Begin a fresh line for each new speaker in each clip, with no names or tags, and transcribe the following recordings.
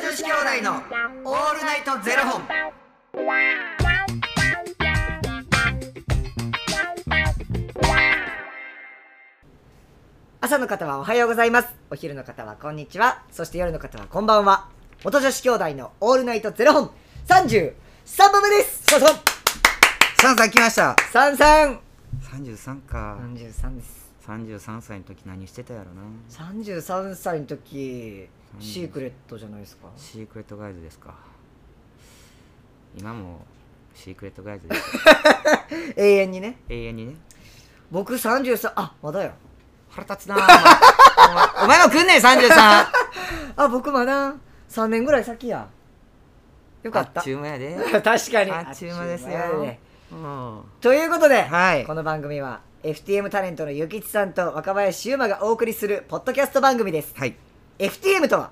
子兄弟のオールナイトゼロ本。朝の方はおはようございます。お昼の方はこんにちは。そして夜の方はこんばんは。元女子兄弟のオールナイトゼロ本三十三番目です。そうそう。
三歳来ました
三三。
三十三か
三十三です。
三十三歳の時何してたやろな
三十三歳の時
うん
シークレットじゃないですか。
シークレットガイズですか今もシークレットガイズです
永遠にね。
永遠にね
僕三十三あまだや。
腹立つなあお前お前 も来んねん33
あ僕まだ3年ぐらい先やよかった
あっちゅう間やで
確かに
あっちゅう間ですよ
あっちゅう間やね
うん
ということで、
はい
この番組は FTM タレントのゆきちさんと若林優馬がお送りするポッドキャスト番組です
はい
FTM とは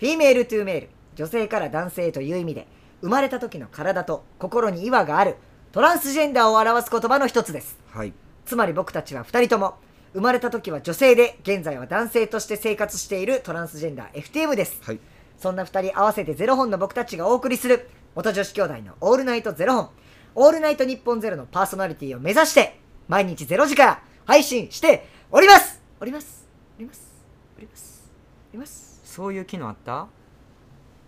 フィメールトゥーメール女性から男性という意味で生まれた時の体と心に違和があるトランスジェンダーを表す言葉の一つです
はい
つまり僕たちは2人とも生まれた時は女性で現在は男性として生活しているトランスジェンダー FTM です
はい
そんな2人合わせてゼロ本の僕たちがお送りする元女子兄弟のオールナイトゼロ本オールナイト日本ゼロのパーソナリティを目指して毎日ゼロ時から配信しておりますおりますおりますおりますおります
そういう機能あった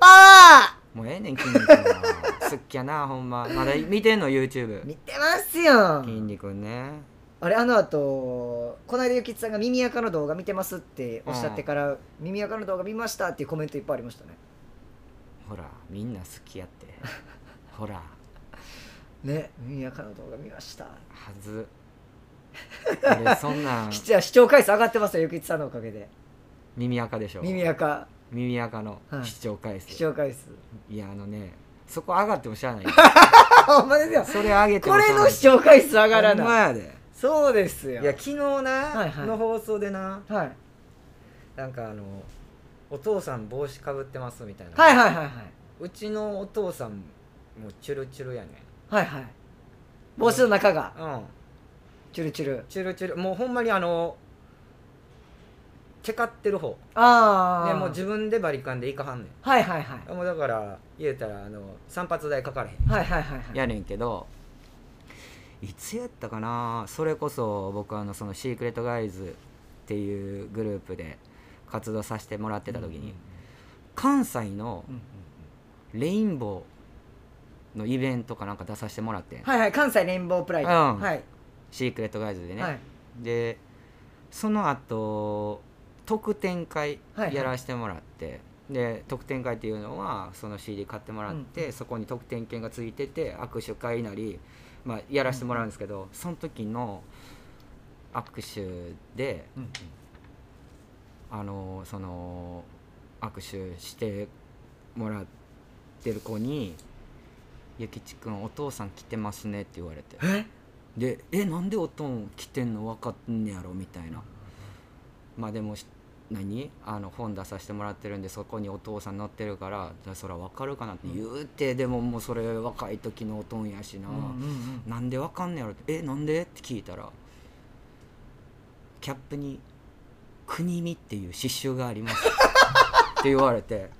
パワ
もうええねん筋肉 は好きやなほんままだ見てんの
ー
YouTube
見てますよ
筋肉ね
あれあの後この間ゆきつさんが耳垢の動画見てますっておっしゃってから、耳垢の動画見ましたっていうコメントいっぱいありましたね
ほらみんな好きやってほら
ね耳垢の動画見ました
はず俺そんなん
視聴視聴回数上がってますよゆきつさんのおかげで
耳垢でしょ
耳垢
耳垢の
はい
視聴回数、
視聴回数
い、やあのねそこ上がってもしゃあない
あほんまですよ
それ上げて
こ
もしゃあ
れ
ない
の視聴回数上がら
ほんま
ない
やで
そうですよ
いや昨日な、
いはい
の放送でな
はい、
なんかあのお父さん帽子かぶってますみたいな、
はいはいはいはいう
ちのお父さんもチュルチュルやね
はいはい帽子の中が
うん
チュルチュル
チュルチュルもうほんまにあのチェカってる方
ああ
でもう自分でバリカンでいかはんねん
はいはいはい
もうだから言うたらあの散髪代かからへん
はいはいはいはい
やねんけどいつやったかなそれこそ僕あのそのシークレットガイズっていうグループで活動させてもらってた時に、関西の
うんうん
レインボーのイベントかなんか出させてもらってん、
はいはい関西レインボープライド、
うん
はい、
シークレットガイズでね、
はい
でその後特典会
はいはい
やらせてもらって、で特典会っていうのはその CD 買ってもらって、そこに特典券がついてて握手会なり、まあ、やらせてもらうんですけど、その時の握手で
うん
あのその握手してもらってる子に「ゆきちくんお父さん来てますね」って言われて
え
で「えなんでおとん来てんの分かんねやろ」みたいなまあでもし何あの本出させてもらってるんでそこにお父さん載ってるからじゃあそら分かるかなって言うてでももうそれ若い時のおとんやしな、
うんうんうん
なんで分かんねやろって「えなんで?」って聞いたらキャップに「国見」っていう刺繍があ りますって言われて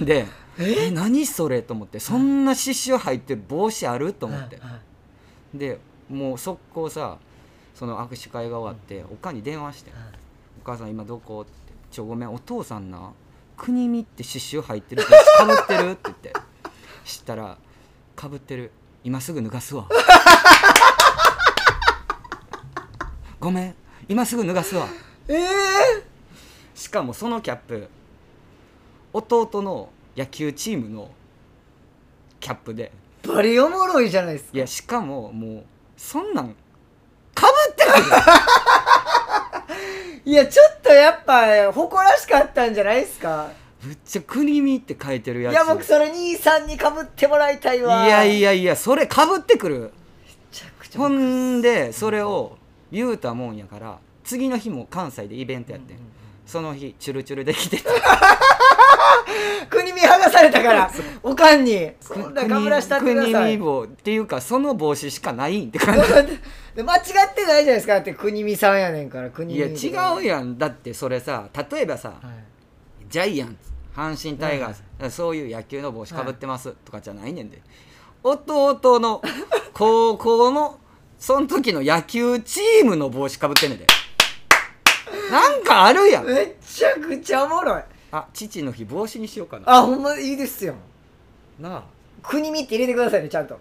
で「え何それ?」と思ってそんな刺繍入ってる帽子あると思って。
はいはい
でもう速攻さその握手会が終わって、おかんに電話して「お母さん今どこ?」って言って「ちょごめんお父さんな国見って刺繍入ってる帽子かぶってる?」って言って知ったら「かぶってる今すぐ脱がすわ」 「ごめん今すぐ脱がすわ」
ええ
しかもそのキャップ弟の野球チームのキャップで
バリおもろいじゃないです
い
か
やしかももうそんなんかぶってないよ
いやちょっとやっぱ誇らしかったんじゃないですか
ぶっちゃ国見って書いてる
い
やつ
や僕それ兄さんにかぶってもらいたい
い
わ
やい
や
やいやそれかぶってくる
めちゃくちゃ
ほんでそれを言うたもんやから次の日も関西でイベントやってん、
うんうん
その日チュルチュル できてた
国見剥がされた からおかんにそんなかぶらしたってくださ
国
い
見帽っていうかその帽子しかないんって感
で間違ってないじゃないですかだって国見さんやねんから国
じ
見
いや違う
よ
やんだってそれさ例えばさ、
はい
ジャイアンツ阪神タイガース、そういう野球の帽子かぶってますとかじゃないねんで、弟 の高校のその時の野球チームの帽子かぶってんねんでなんかあるやん
めっちゃくちゃおもろい
あ父の日帽子にしようかな
あほんまいいですよ
なあ
国見って入れてくださいねちゃんと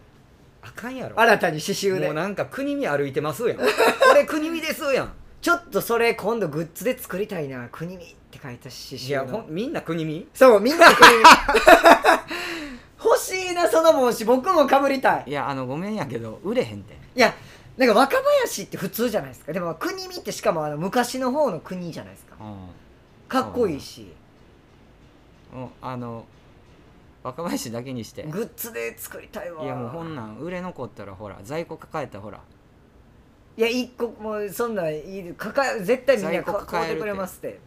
あかんやろ
新たに刺繍
もう
で
なんか国見歩いてますやん 俺国見ですやん
ちょっとそれ今度グッズで作りたいな国見って書いた刺
いや
繍
ほん
の
みんな国見
そうみんな国見 欲しいなその帽子僕もかぶりたい
いやあのごめんやけど売れへんて
いやなんか若林って普通じゃないですかでも国見ってしかもあの昔の方の国じゃないですか
う
かっこいいし
んもうあの若林だけにして
グッズで作りたいわ
いやもうほんなん売れ残ったらほら在庫抱えたらほら
いや一個もうそんなんいいかか絶対みんな
在庫
か
抱
買
え
う
るって
てくれますって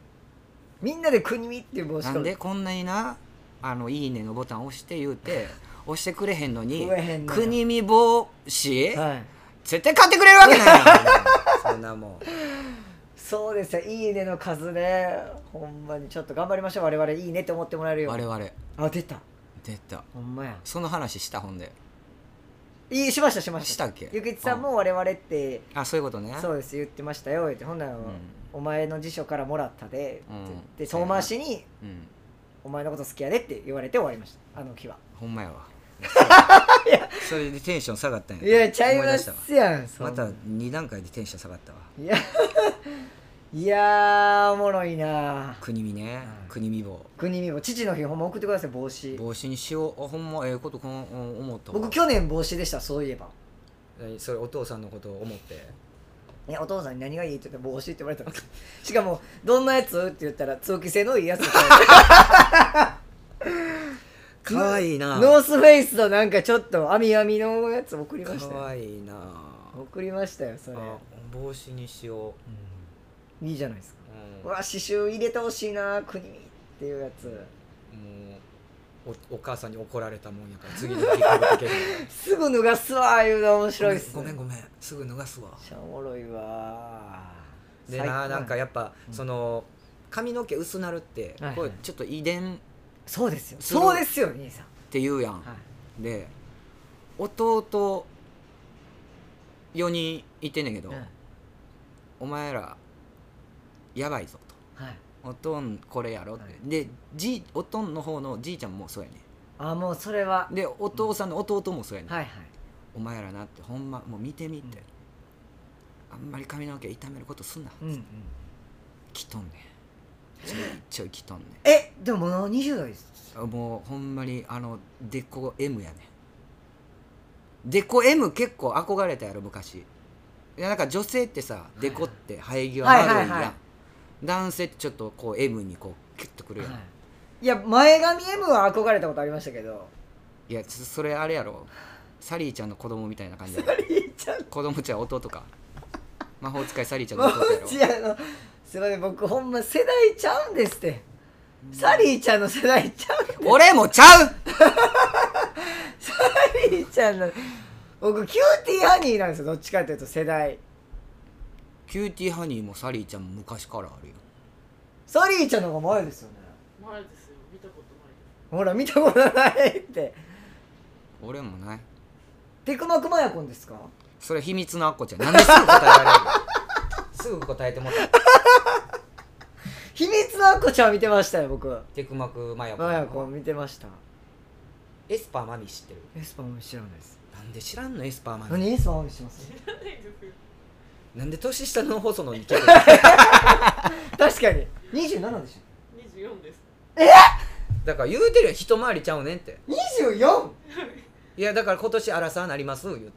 みんなで国見っていう帽子
な
か
ん
ぶ
でこんなにな「あのいいね」のボタン押して言 うて押してくれへんのに
食えへんのよ
国見帽子
はい
絶対買ってくれるわけないやん そんなもん
そうですよいいねの数ねほんまにちょっと頑張りましょう我々いいねって思ってもらえるよ
我々
あ出た
出た
ほんまや
その話したほんで
いいしましたしました
したっけ
ゆきちさんも我々って
あそういうことね
そうです言ってましたよってほんなら、
うん
お前の辞書からもらったで、
うん
って言って遠回しに
うん
お前のこと好きやでって言われて終わりましたあの日は
ほんま やわそれでテンション下がったんや
いやちゃい
思出
ま
したわ
すやんそん
ま
な
た2段階でテンション下がったわ
いやいやーおもろいな
国見ね
うん
国見棒
国見も父の日ほんま送ってください帽子
帽子にしようあほんまええことこのうん思ったわ
僕去年帽子でしたそういえば
えそれお父さんのことを思って
ね、お父さんに何がいいって言ったら帽子って言われたんですしかも「どんなやつ?」って言ったら通気性のいいや つって言われて
かわいいな
ノースフェイスのなんかちょっと網網のやつ送りました
か
よ
わいいな
送りましたよそれ
あ帽子にしよ
いいじゃないですか
う、うん
うわ刺繍入れてほしいな国見っていうやつ
もうおお母さんに怒られたもんやから次の日かぶってけへん
すぐ脱がすわいうの面 白いっす
ごめん
めん
ごめんすぐ脱がすわ
めっちゃおもろいわ
で
最
な
高
なんかやっぱ、
うん
その髪の毛薄なるって、
はいはい
これちょっと遺伝っ
そうですよ
する
そうですよ兄さん
ていうやん、
はい
で弟4人いてんねんけど、
うん
お前らやばいぞと
はい
おとんこれやろって、
はい
でじいおとんの方のじいちゃんもそうやね
あもうそれは
んでお父さんの弟もそうやねん、
はいはい
お前らなってほんまもう見てみって、あんまり髪の毛痛めることすんな、
うんうん
きとんねんちょいちょいきとんねん
えでももう20代です
あもうほんまにあのデコ M やねんデコ M 結構憧れたやろ昔いやなんか女性ってさ
い
デコって生え際丸いやん、
はいはいはい
男性ってちょっとこう M にこうキュッとくるやん、
はいいや前髪 M は憧れたことありましたけど
い、やそそれあれやろサリーちゃんの子供みたいな感じ やろ
サリーちゃん
子供ちゃう弟か魔法使いサリーちゃん の
も
弟やろ
うちあのすいません僕ほんま世代ちゃうんですってサリーちゃんの世代ちゃうんです
俺もちゃう
サリーちゃんの僕キューティーハニーなんですよどっちかというと世代
キューティーハニーもサリーちゃんも昔からあるよ
サリーちゃんの方が前ですよね
前ですよ見たことないです
ほら見たことないって
俺もない
テクマクマヤコンですか
それ秘密のあっこちゃんなんですぐ答えられるすぐ答えてもらった
秘密のアッコちゃん見てましたよ僕
テクマクマヤコ
マヤコン見てました
エスパーマミ知ってる
エスパーも知らないです
なんで知らんのエスパーマミ
何エスパーもしてます
知らないですよ
なんで年下の細野に聞く
確かに27でしょ
24です
だから言うてるやん一回りちゃうねんって
24!24!
いやだから今年アラサーなります言うて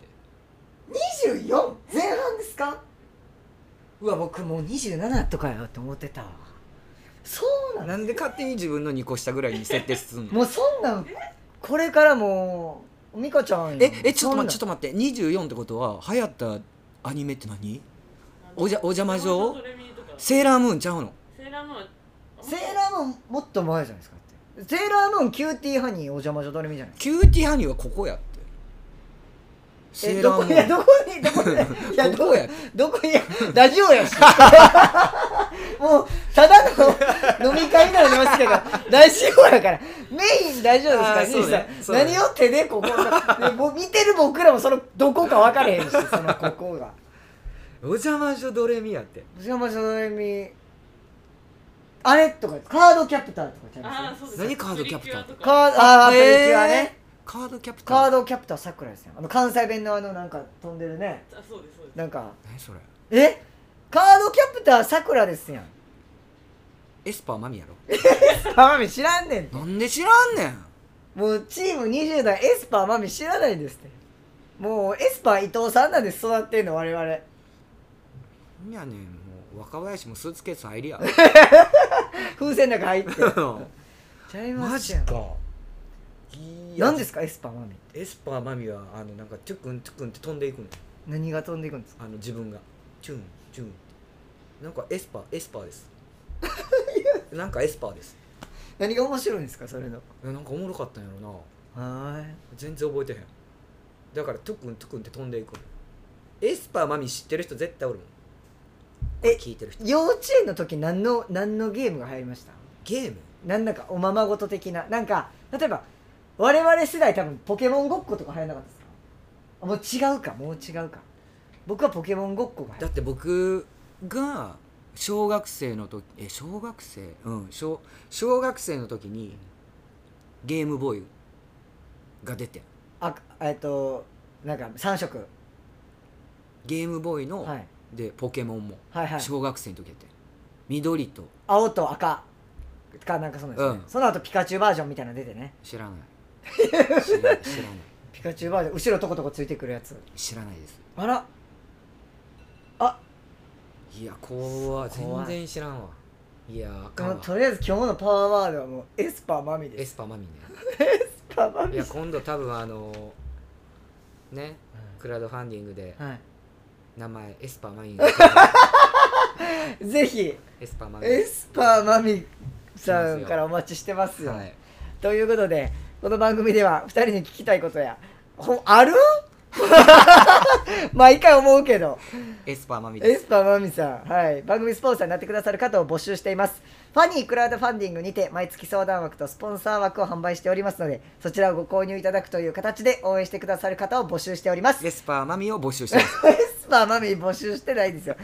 前半ですかうわ僕もう27とかよって思ってたわそうなの
なんで勝手に自分の2個下ぐらいに設定すんの
もうそんなんこれからもう美香ちゃん
ええちょっと待ってちょ
と
っと待って24ってことは流行ったアニメって何おじゃお邪魔
ド
状
レミとかセ
セーラームーンちゃうの
ーラームーン
セーラームーンもっと前じゃないですかだってセーラームーンキューティーハニーお邪魔女どれみじゃない
キューティーハニーはここやって知
え
ら
ど
んも
こ
ん
いやどこにどこにいや
こ
ど
こや
どこにいやラジオやしもうただの飲み会になりますけどラジオやからメインラジオですから
あーそうね
兄さ、
そうんね
何を手でここでもう見てる僕らもそのどこか分かれへんしそのここが
お邪魔女ドレミやって
藤山さんみあれとかカードキャプターとかちゃい
ああ
ます
そうです
何カードキャプター
プ
カードあーアプリキュアね、
えーカードキャプター
カードキャプターさくらですよあの関西弁のあのなんか飛んでるね
あそうですそうです
なんか
何それ
えカードキャプターさくらですや ん
エスパーマミやろ
マミ知らんねん
なんで知らんねん
もうチーム20代エスパーマミ知らないんですってもうエスパー伊藤さんなんです育ってんの我々
いやねんもう若林もスーツケース入りや
風船の中入ってちゃいま
マ
す
ジ
やん
か
何です
か
かエスパーマミって
エスパーマミはあのなんかチュクンチュクンって飛んでいくの
何が飛んでいくんですか
あの自分がチュンチュンってなんかエスパーエスパーです なんかエスパーです
何が面白いんですかそれの
えなんかおもろかったんやろな
は
全然覚えてへんだからトゥクントゥクンって飛んでいくのエスパーマミ知ってる人絶対おるもんこれ聞いてる人
ーい幼稚園の時何の何のゲームが流行りました
ゲーム
なんだかおままごと的ななんか例えば我々世代多分ポケモンごっことか流行んなかったですかあもう違うかもう違うか僕はポケモンごっこが流行
だって僕が小学生の時え小学生うん小小学生の時にゲームボーイが出て
あえっとなんか3色、
ゲームボーイの、
はい、
でポケモンも
はいはい
小学生の時やって緑と
青と赤かなんかそうなんですね、
うん
その後ピカチュウバージョンみたいなの出てね
知らない知らない知らない
ピカチュウバージョン後ろとことこついてくるやつ
知らないです
あら
いや怖い
怖
全
い
然知らんわいやあか
も
ん
う
わ
とりあえず今日のパワーワードはもうエスパーマミで
エ
す
スパーマミね
エスパーマミ
いや今度多分あのね
う
クラウドファンディングで
んは
名前エスパーマミが出てる
い、ぜひ
エスパーマミ
エスパーマミさんからお待ちしてますよ、
はい
ということでこの番組では2人に聞きたいことやほある 毎回思うけど
エスパーマミ
エ
で
ス
す
パーマミさん、はい、番組スポンサーになってくださる方を募集していますファニークラウドファンディングにて毎月相談枠とスポンサー枠を販売しておりますのでそちらをご購入いただくという形で応援してくださる方を募集しております
エスパーマミを募集してます
エスパーマミー募集してないですよ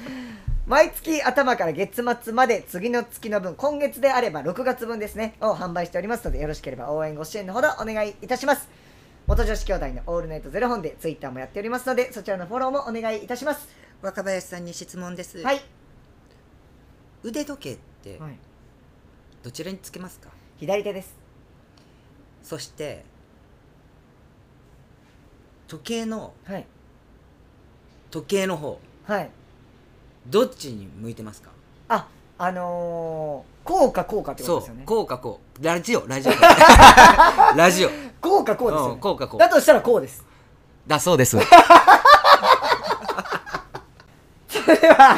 毎月頭から月末まで次の月の分今月であれば6月分ですねを販売しておりますのでよろしければ応援ご支援のほどお願いいたします元女子兄弟のオールナイトゼロ本でツイッターもやっておりますのでそちらのフォローもお願いいたします
若林さんに質問です、
はい、
腕時計って
はい、
どちらにつけますか、
左手です
そして時計の
はい
時計の方
はい
どっちに向いてますか
ああのー、こうかこうかってこと
そ
ですよ
う
ね
こうかこうラジオラ ジオラジオ
こうかこうですよ、
う
ね
んこうかこう
だとしたらこうです
だそうです
それでは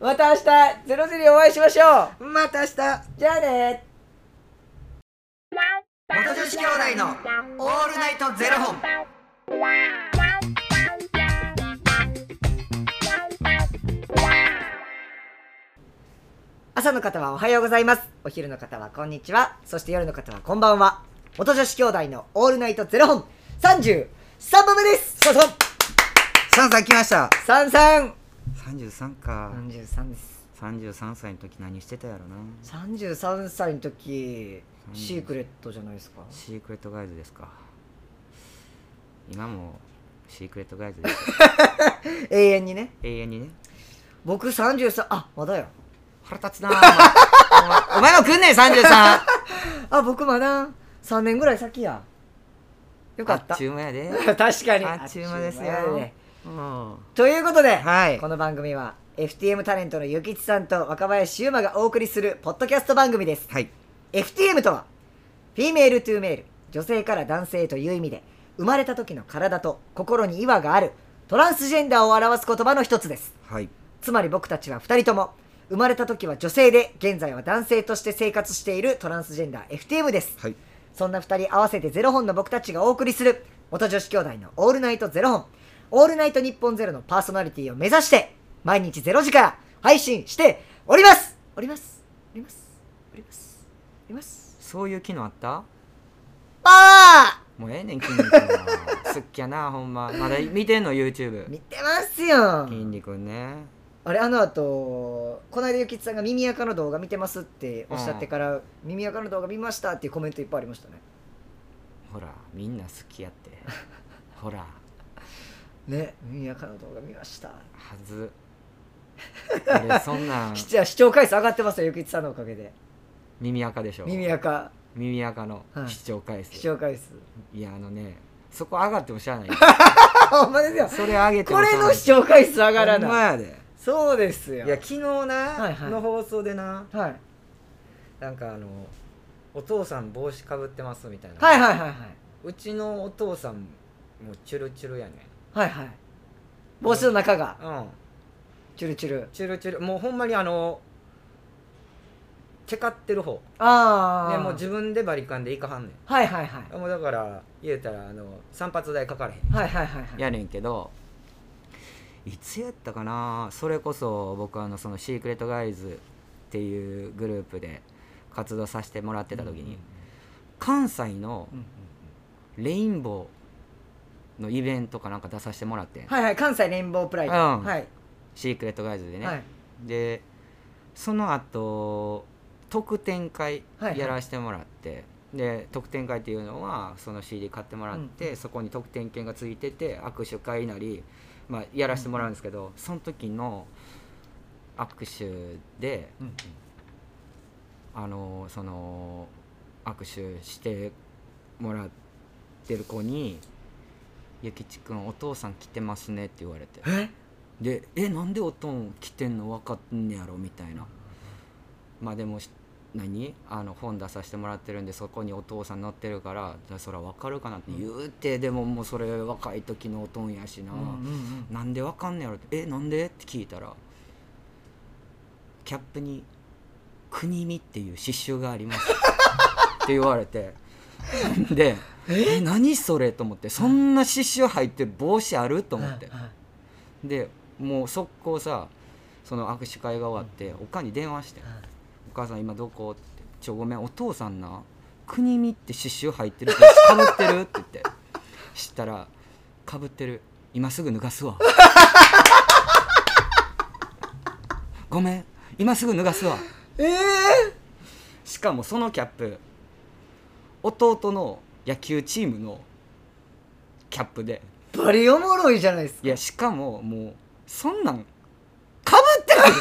また明日『ゼロゼロにお会いしましょう
また明日
じゃあね
元女子兄弟のオールナイトゼロ本
朝の方はおはようございます。お昼の方はこんにちは。そして夜の方はこんばんは。元女子兄弟のオールナイトゼロ本33番目です。そうそう。
サンさん来ました
33。
33か
33です。
33歳の時何してたやろな
33歳の時、
うん
シークレットじゃないですか。
シークレットガイズですか今もシークレットガイズです
永遠にね。
永遠にね
僕33、あ、まだや。
腹立つなあお前お前も来んねん33
あ、僕まだ3年ぐらい先や。よかっ
あ
た。
っちゅう間やで
確かに。
あっちゅう間ですよ
あっちゅう間やね
うん
ということで、
はい
この番組は FTM タレントのゆきちさんと若林優馬がお送りするポッドキャスト番組です
はい
FTM とはフィメールトゥーメール女性から男性へという意味で生まれた時の体と心に違和があるトランスジェンダーを表す言葉の一つです
はい
つまり僕たちは2人とも生まれた時は女性で現在は男性として生活しているトランスジェンダー FTM です
はい
そんな2人合わせてゼロ本の僕たちがお送りする元女子兄弟のオールナイトゼロ本。オールナイトニッポンゼロのパーソナリティを目指して、毎日0時から配信しておりますおりますおりますおりますおります
そういう機能あった
あ
もうええねん筋肉は好っきやなほんままだ見てんの YouTube
ー見てますよ
筋肉ね
あれあの後この間ゆきつさんが耳垢の動画見てますっておっしゃってから、耳垢の動画見ましたっていうコメントいっぱいありましたね
ほらみんな好きやってほら
ね耳垢の動画見ました
はず俺そんなん
視聴視聴回数上がってますよゆきつさんのおかげで
耳垢でしょ
耳垢
耳垢の
はい
視聴回
視
数、
聴回数
い、やあのねそこ上がってもし ゃあない
あほんまですよ
それ上げて
こ
もしゃあ
れ
ない
の視聴回数上がら
ほんま
ない
やで
そうですよ
いや昨日な、
いはい
の放送でな
はい、
なんかあのお父さん帽子かぶってますみたいな、
はいはいはいはいう
ちのお父さんもチュルチュルやね
はいはい帽子の中が
うん
チュルチュル
チュルチュルもうほんまにあのテカってる方
ああ
でもう自分でバリカンでいかはんね
はいはいはい
んもうだから言うたらあの散髪代かからへん
はいはいはいはい
やねんけどいつやったかなそれこそ僕あのそのシークレットガイズっていうグループで活動させてもらってた時に、関西の
うんうん
レインボーのイベントかなんか出させてもらってん、
はいはい関西レインボープライド、
うん
はい
シークレットガイズでね、
はい
でその後特典会
はいはい
やらせてもらって、で特典会っていうのはその CD 買ってもらって、そこに特典券がついてて握手会なり、まあ、やらせてもらうんですけど、その時の握手で
うん
あのその握手してもらってる子に「ゆきちくんお父さん来てますね」って言われて
え
で「えなんでおとん来てんの分かんねやろ」みたいなまあでもし何あの本出させてもらってるんでそこにお父さん載ってるからじゃあそら分かるかなって言うて、でももうそれ若い時のおとんやしな、なんで分かんねやろって「えなんで?」って聞いたらキャップに「国見」っていう刺繍があ りますって言われてで「え何それ?」と思ってそんな刺繍入ってる帽子あると思って。
はいはい
でもう速攻さその握手会が終わって、おかんに電話してん「お母さん今どこ?」って「ちょごめんお父さんな国見って刺繍入ってる帽子かぶってる?」って言って 知ったら「かぶってる今すぐ脱がすわ」 「ごめん今すぐ脱がすわ」
ええ
しかもそのキャップ弟の野球チームのキャップで
バリおもろいじゃないですか
いやしかももうそんなんかぶってないよ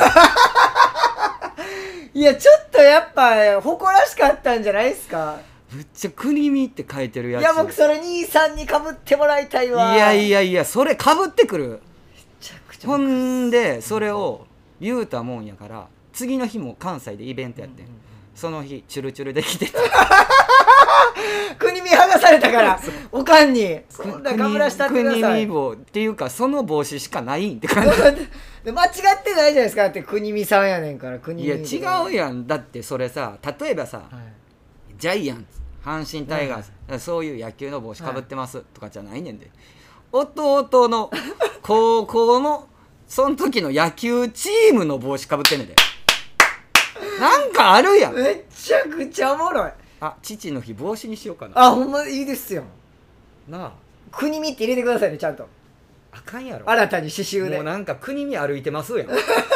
いやちょっとやっぱ誇らしかったんじゃないですか
むっちゃ「国見」って書いてるや
い
つ
や僕それ兄さんにかぶってもらいたい
い
わ
やい
め
やいやそれかぶってくる
ちゃくちゃ
ほんでそれを言うたもんやから次の日も関西でイベントやってん、その日チュルチュルでき てた
国見剥がされたからおかんにそんなかぶらしたってくださ
国
い
見帽っていうかその帽子しかないんって感じ
で間違ってないじゃないですかだって国見さんやねんから 国見
いや違うやんだってそれさ例えばさ、
はい
ジャイアンツ阪神タイガース、
は
そういう野球の帽子かぶってますとかじゃないねんで、弟の 高校のその時の野球チームの帽子かぶってんねんでなんかあるやん
めちゃくちゃおもろい
あ父の日帽子にしようかな
あほんまいいですよ
なあ
国見って入れてくださいねちゃんと
あかんやろ
新たに刺繍
もう
で
なんか国見歩いてます やん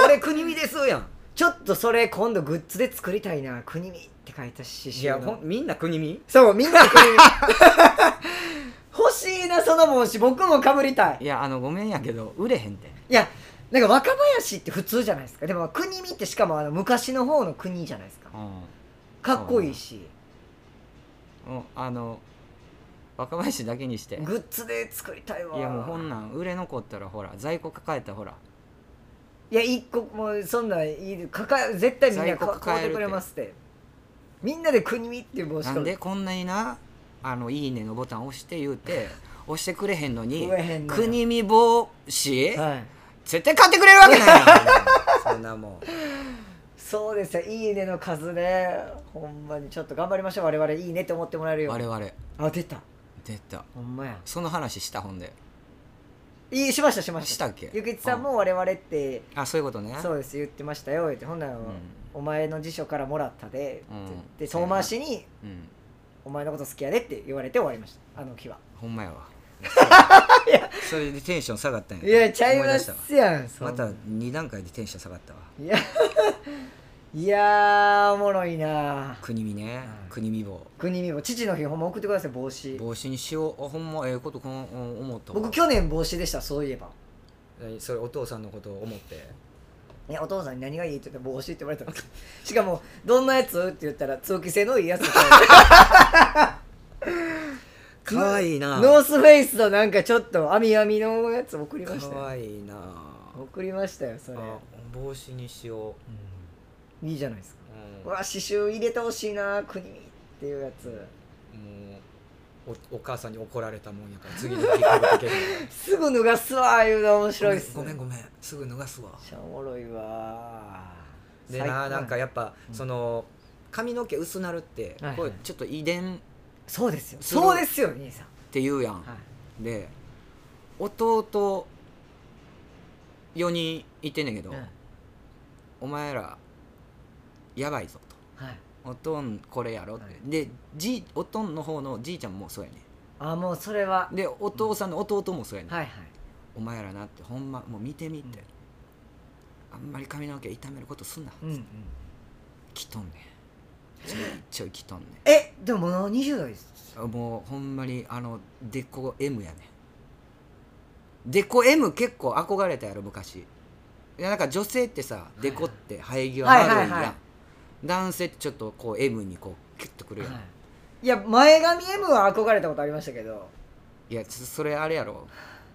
俺国見ですやん
ちょっとそれ今度グッズで作りたいな国見って書いた刺
い
繍
や
の
ほんみんな国見
そうみんな国見 欲しいなその帽子僕もかぶりたい
いやあのごめんやけど売れへんて
いやなんか若林って普通じゃないですかでも国見ってしかもあの昔の方の国じゃないですか
うん
かっこいいし
うんあの若林だけにして
グッズで作りたいわ
いやもうほんなん売れ残ったらほら在庫抱えたらほら
いや一個もうそんなんいいかか絶対みんな
在庫
か買
抱
う
え
て
るって
くれますってみんなで国見っていう帽子
な
か
ん
ぶ
でこんなにな「あのいいね」のボタン押して言 うて押してくれへんのに
くれへんのよ
国見帽子、
はい
絶対買ってくれるわけないや んそんなもん
そうですよいいねの数ねほんまにちょっと頑張りましょう我々いいねって思ってもらえるよう
我
に
々
あ出た
出た
ほんまや
その話したほんで
いいしましたしました
したっけ
ゆきちさんも我々って
あそういうことね
そうです言ってましたよってほんなら、
うん
お前の辞書からもらったで、
うん
って言って遠回しに
うん
お前のこと好きやでって言われて終わりましたあの日は
ほんま やわそれでテンション下がったんや
いやちゃい
思出
ま
したわ
すやんそん
ま
な
た2段階でテンション下がったわ
いや いやーおもろいな
国見ね
うん
国見坊
国見も父の日ほんま送ってください帽子
帽子にしようあほんまええことこのうん思ったわ
僕去年帽子でしたそういえば
えそれお父さんのことを思って
ね、お父さんに何がいいって言って帽子って言われたんです しかも「どんなやつ?」って言ったら通気性のいいやつって言 われて
かわいいな
ノースフェイスのなんかちょっと網網のやつ送りまし
か
たよ
わいいな
送りましたよそれ
あ帽子にしよう、
いいじゃないですか
うん
うわ刺繍入れてほしいな国見っていうやつ
もうおお母さんに怒られたもんやから次の日からかける
すぐ脱がすわいうの面 白いっす
ごめん
めん
ごめんすぐ脱がすわ
おもろいわ
で
最高
な
や
なんかやっぱ、
うん
その髪の毛薄なるって、
はいはい
これちょっと遺伝っ
そうですよ
する
そうですよ兄さん
て言うやん、
は
で弟4人いてんねんけど、
い
お前らやばいぞと
はい
おとんこれやろって、
はい
でじいおとんの方のじいちゃんもそうやね
あもうそれは
んでお父さんの弟もそうやねん、
はいはい
お前らなってほんまもう見てみって、あんまり髪の毛傷めることすんな、
うんうん
きとんねんちょいちょいきとんね
えでももう20代です
んあもうほんまにあのデコ M やねんデコ M 結構憧れたやろ昔いやなんか女性ってさデコって生え際
は
丸
い
いやん、
はいはい
男性ってちょっとこう M にこうキュッとくるやん、
いや前髪 M は憧れたことありましたけど
い、やそそれあれやろ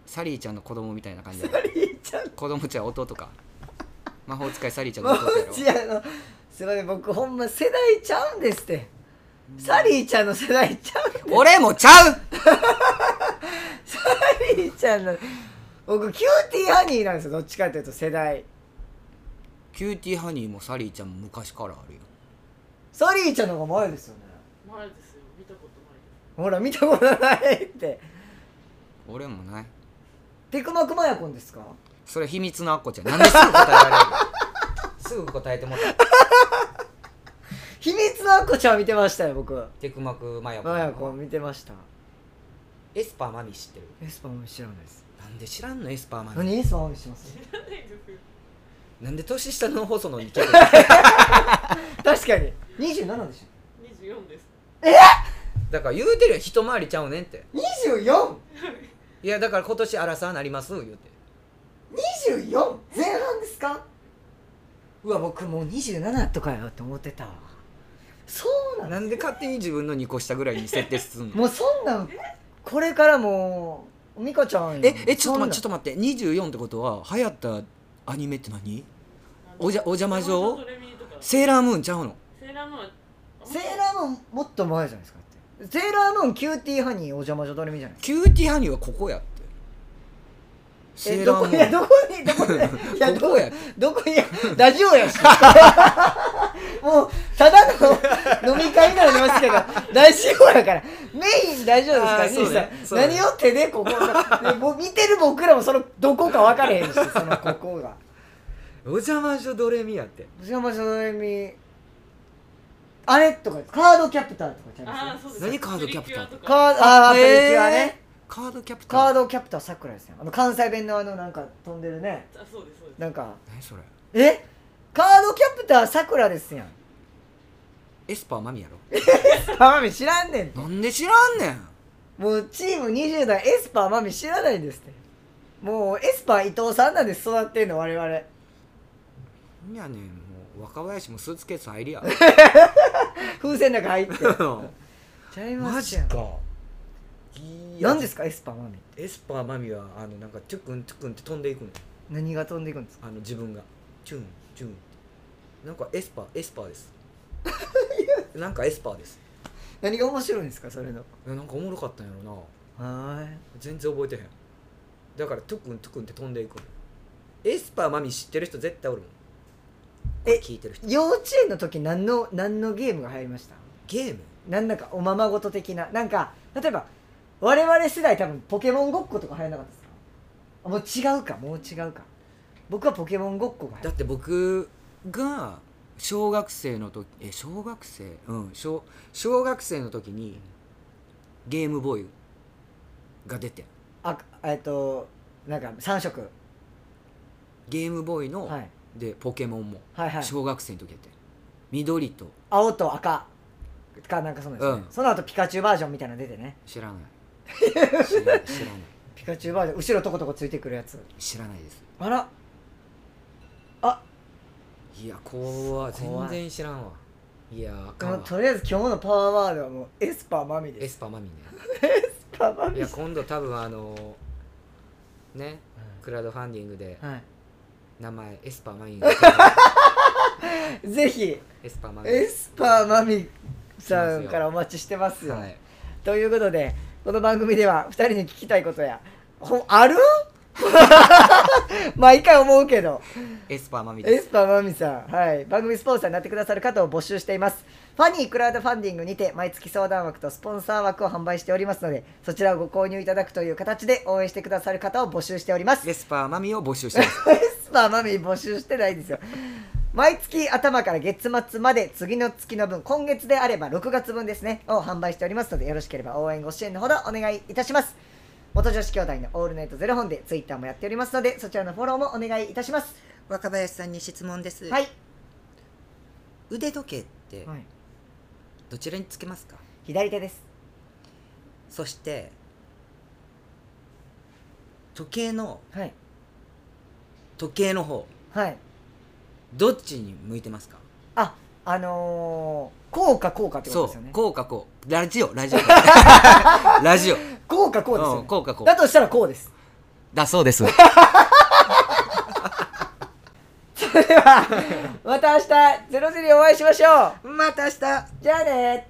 サリーちゃんの子供みたいな感じやろ
りーちゃん
子供ちゃう弟か魔法使いサリーちゃん
も
の弟や
う
ろ
ちあのすいません僕ほんま世代ちゃうんですってサリーちゃんの世代ちゃうんです
俺もちゃう
サリーちゃんの僕キューティーハニーなんですよどっちかというと世代
キューティーハニーもサリーちゃんも昔からあるよ
サリーちゃんの方が前ですよね
前ですよ見たことないです
ほら見たことないって
俺もない
テクマクマヤコンですか
それ秘密のアッコちゃんなんですぐ答えられ るすぐ答えてもらった
秘密のアッコちゃん見てましたよ僕
テクマクマヤ
マヤコン見てました
エスパーマミ知ってる
エスパーも知らないです
なんで知らんのエスパーマミ
何エスパーも知ってます
知らないです
なんで年下の細野に聞く
確かに27でし
24です
だから言うてるやん一回りちゃうねんって
ょ 24!
いやだから今年アラサーなります言うて
24前半ですかうわ僕もう27とかよって思ってたわそうな
なんで勝手に自分の2個下ぐらいに設定すん
の
の
もうそんなんこれからもう美香ちゃん
ええちょっと待ってちょ
と
っと待って24ってことは流行ったアニメって何おじゃお邪魔状
ドレミとかセ
セーラームーンちゃうの
ーラームーン
セーラームーンもっと前じゃないですかってセーラームーンキューティーハニーお邪魔女どれみじゃないですか
キューティーハニーはここやってセ
え
ー
ど
ラ
こ
ー
い
ム
や
ーン
どこ にどこにい や
ここや
どこにラジオやし もうただの飲み会になりますけどラジオやからメインラジオですから
あー
兄
そう
さん、
ねそうね
何を手でここでもう見てる僕らもそのどこか分かれへ んしそのここが
お邪魔女ドレミやって
藤山さんみあれとかカードキャプターとかちゃい
ああ
ます
そうです
何カードキャプター
プ
カードあーアプリキュアね、
カードキャプター
カードキャプターさくらですよあの関西弁のあのなんか飛んでるね
あそうですそうです
なんか
何それ
えカードキャプターさくらですやん
エスパーマミやろ
マミ知らんねんて
なんで知らんねん
もうチーム20代エスパーマミ知らないんですってもうエスパー伊藤さんなんです育ってんの我々
いやねんもう若林もスーツケース入り や
風船の中入ってちゃいま
マ
す
ジ
やん
か
何ですかエスパーマミ
エスパーマミはあのなんかトゥクントゥクンって飛んでいくの
何が飛んでいくんですか
あの自分がチュンチュンってなんかエスパーエスパーですなんかエスパーです
何が面白いんですかそれの
えなんかおもろかったんやろな
は
全然覚えてへんだからトゥクントゥクンって飛んでいくのエスパーマミ知ってる人絶対おるもん
え
聞いてる人
ーい幼稚園の時何の何のゲームが流行りました
ゲーム
なんだかおままごと的ななんか例えば我々世代多分ポケモンごっことか流行らなかったですかもう違うかもう違うか僕はポケモンごっこが
だって僕が小学生の時え小学生うん小小学生の時にゲームボーイが出て
あえっとなんか3色、
ゲームボーイの、
はい、
でポケモンも
はいはい
小学生の時やって緑と
青と赤かなんかそうですね、
うん
その後ピカチュウバージョンみたいなの出てね
知らない知らない知らない
ピカチュウバージョン後ろとことこついてくるやつ
知らないです
あら
いや怖い
怖い
全然知らんわいやあかん
も
わ
うとりあえず今日のパワーワードはもうエスパーマミで
エ
す
スパーマミね
エスパーマ
い
ミ
や今度多分あのねクラウドファンディングで
は
名前エスパーマミにエ
い、ぜひ
スパーマミ
エスパーマミさんからお待ちしてますよ、
はい
ということでこの番組では2人に聞きたいことやほある 毎回思うけど
エスパーマミ
エ
です
スパーマミさん、はい、番組スポンサーになってくださる方を募集していますファニークラウドファンディングにて毎月相談枠とスポンサー枠を販売しておりますのでそちらをご購入いただくという形で応援してくださる方を募集しております
エスパーマミを募集してます
エスパーマミー募集してないですよ毎月頭から月末まで次の月の分今月であれば6月分ですねを販売しておりますのでよろしければ応援ご支援のほどお願いいたします元女子兄弟のオールナイトゼロ本でツイッターもやっておりますのでそちらのフォローもお願いいたします
若林さんに質問です、
はい、
腕時計って
はい、
どちらにつけますか
左手です
そして時計の
はい
時計の方
はい
どっちに向いてますか
ああのー、こうかこうかってことで
そ
すよ
う
ね
こうかこうラジオラジオ ラジオ
こうかこうですよ、
う
ね
んこうかこ
だ
う
としたらこうです
だそ うです
ではまた明日ゼロゼロにお会いしましょう
また明日
じゃあね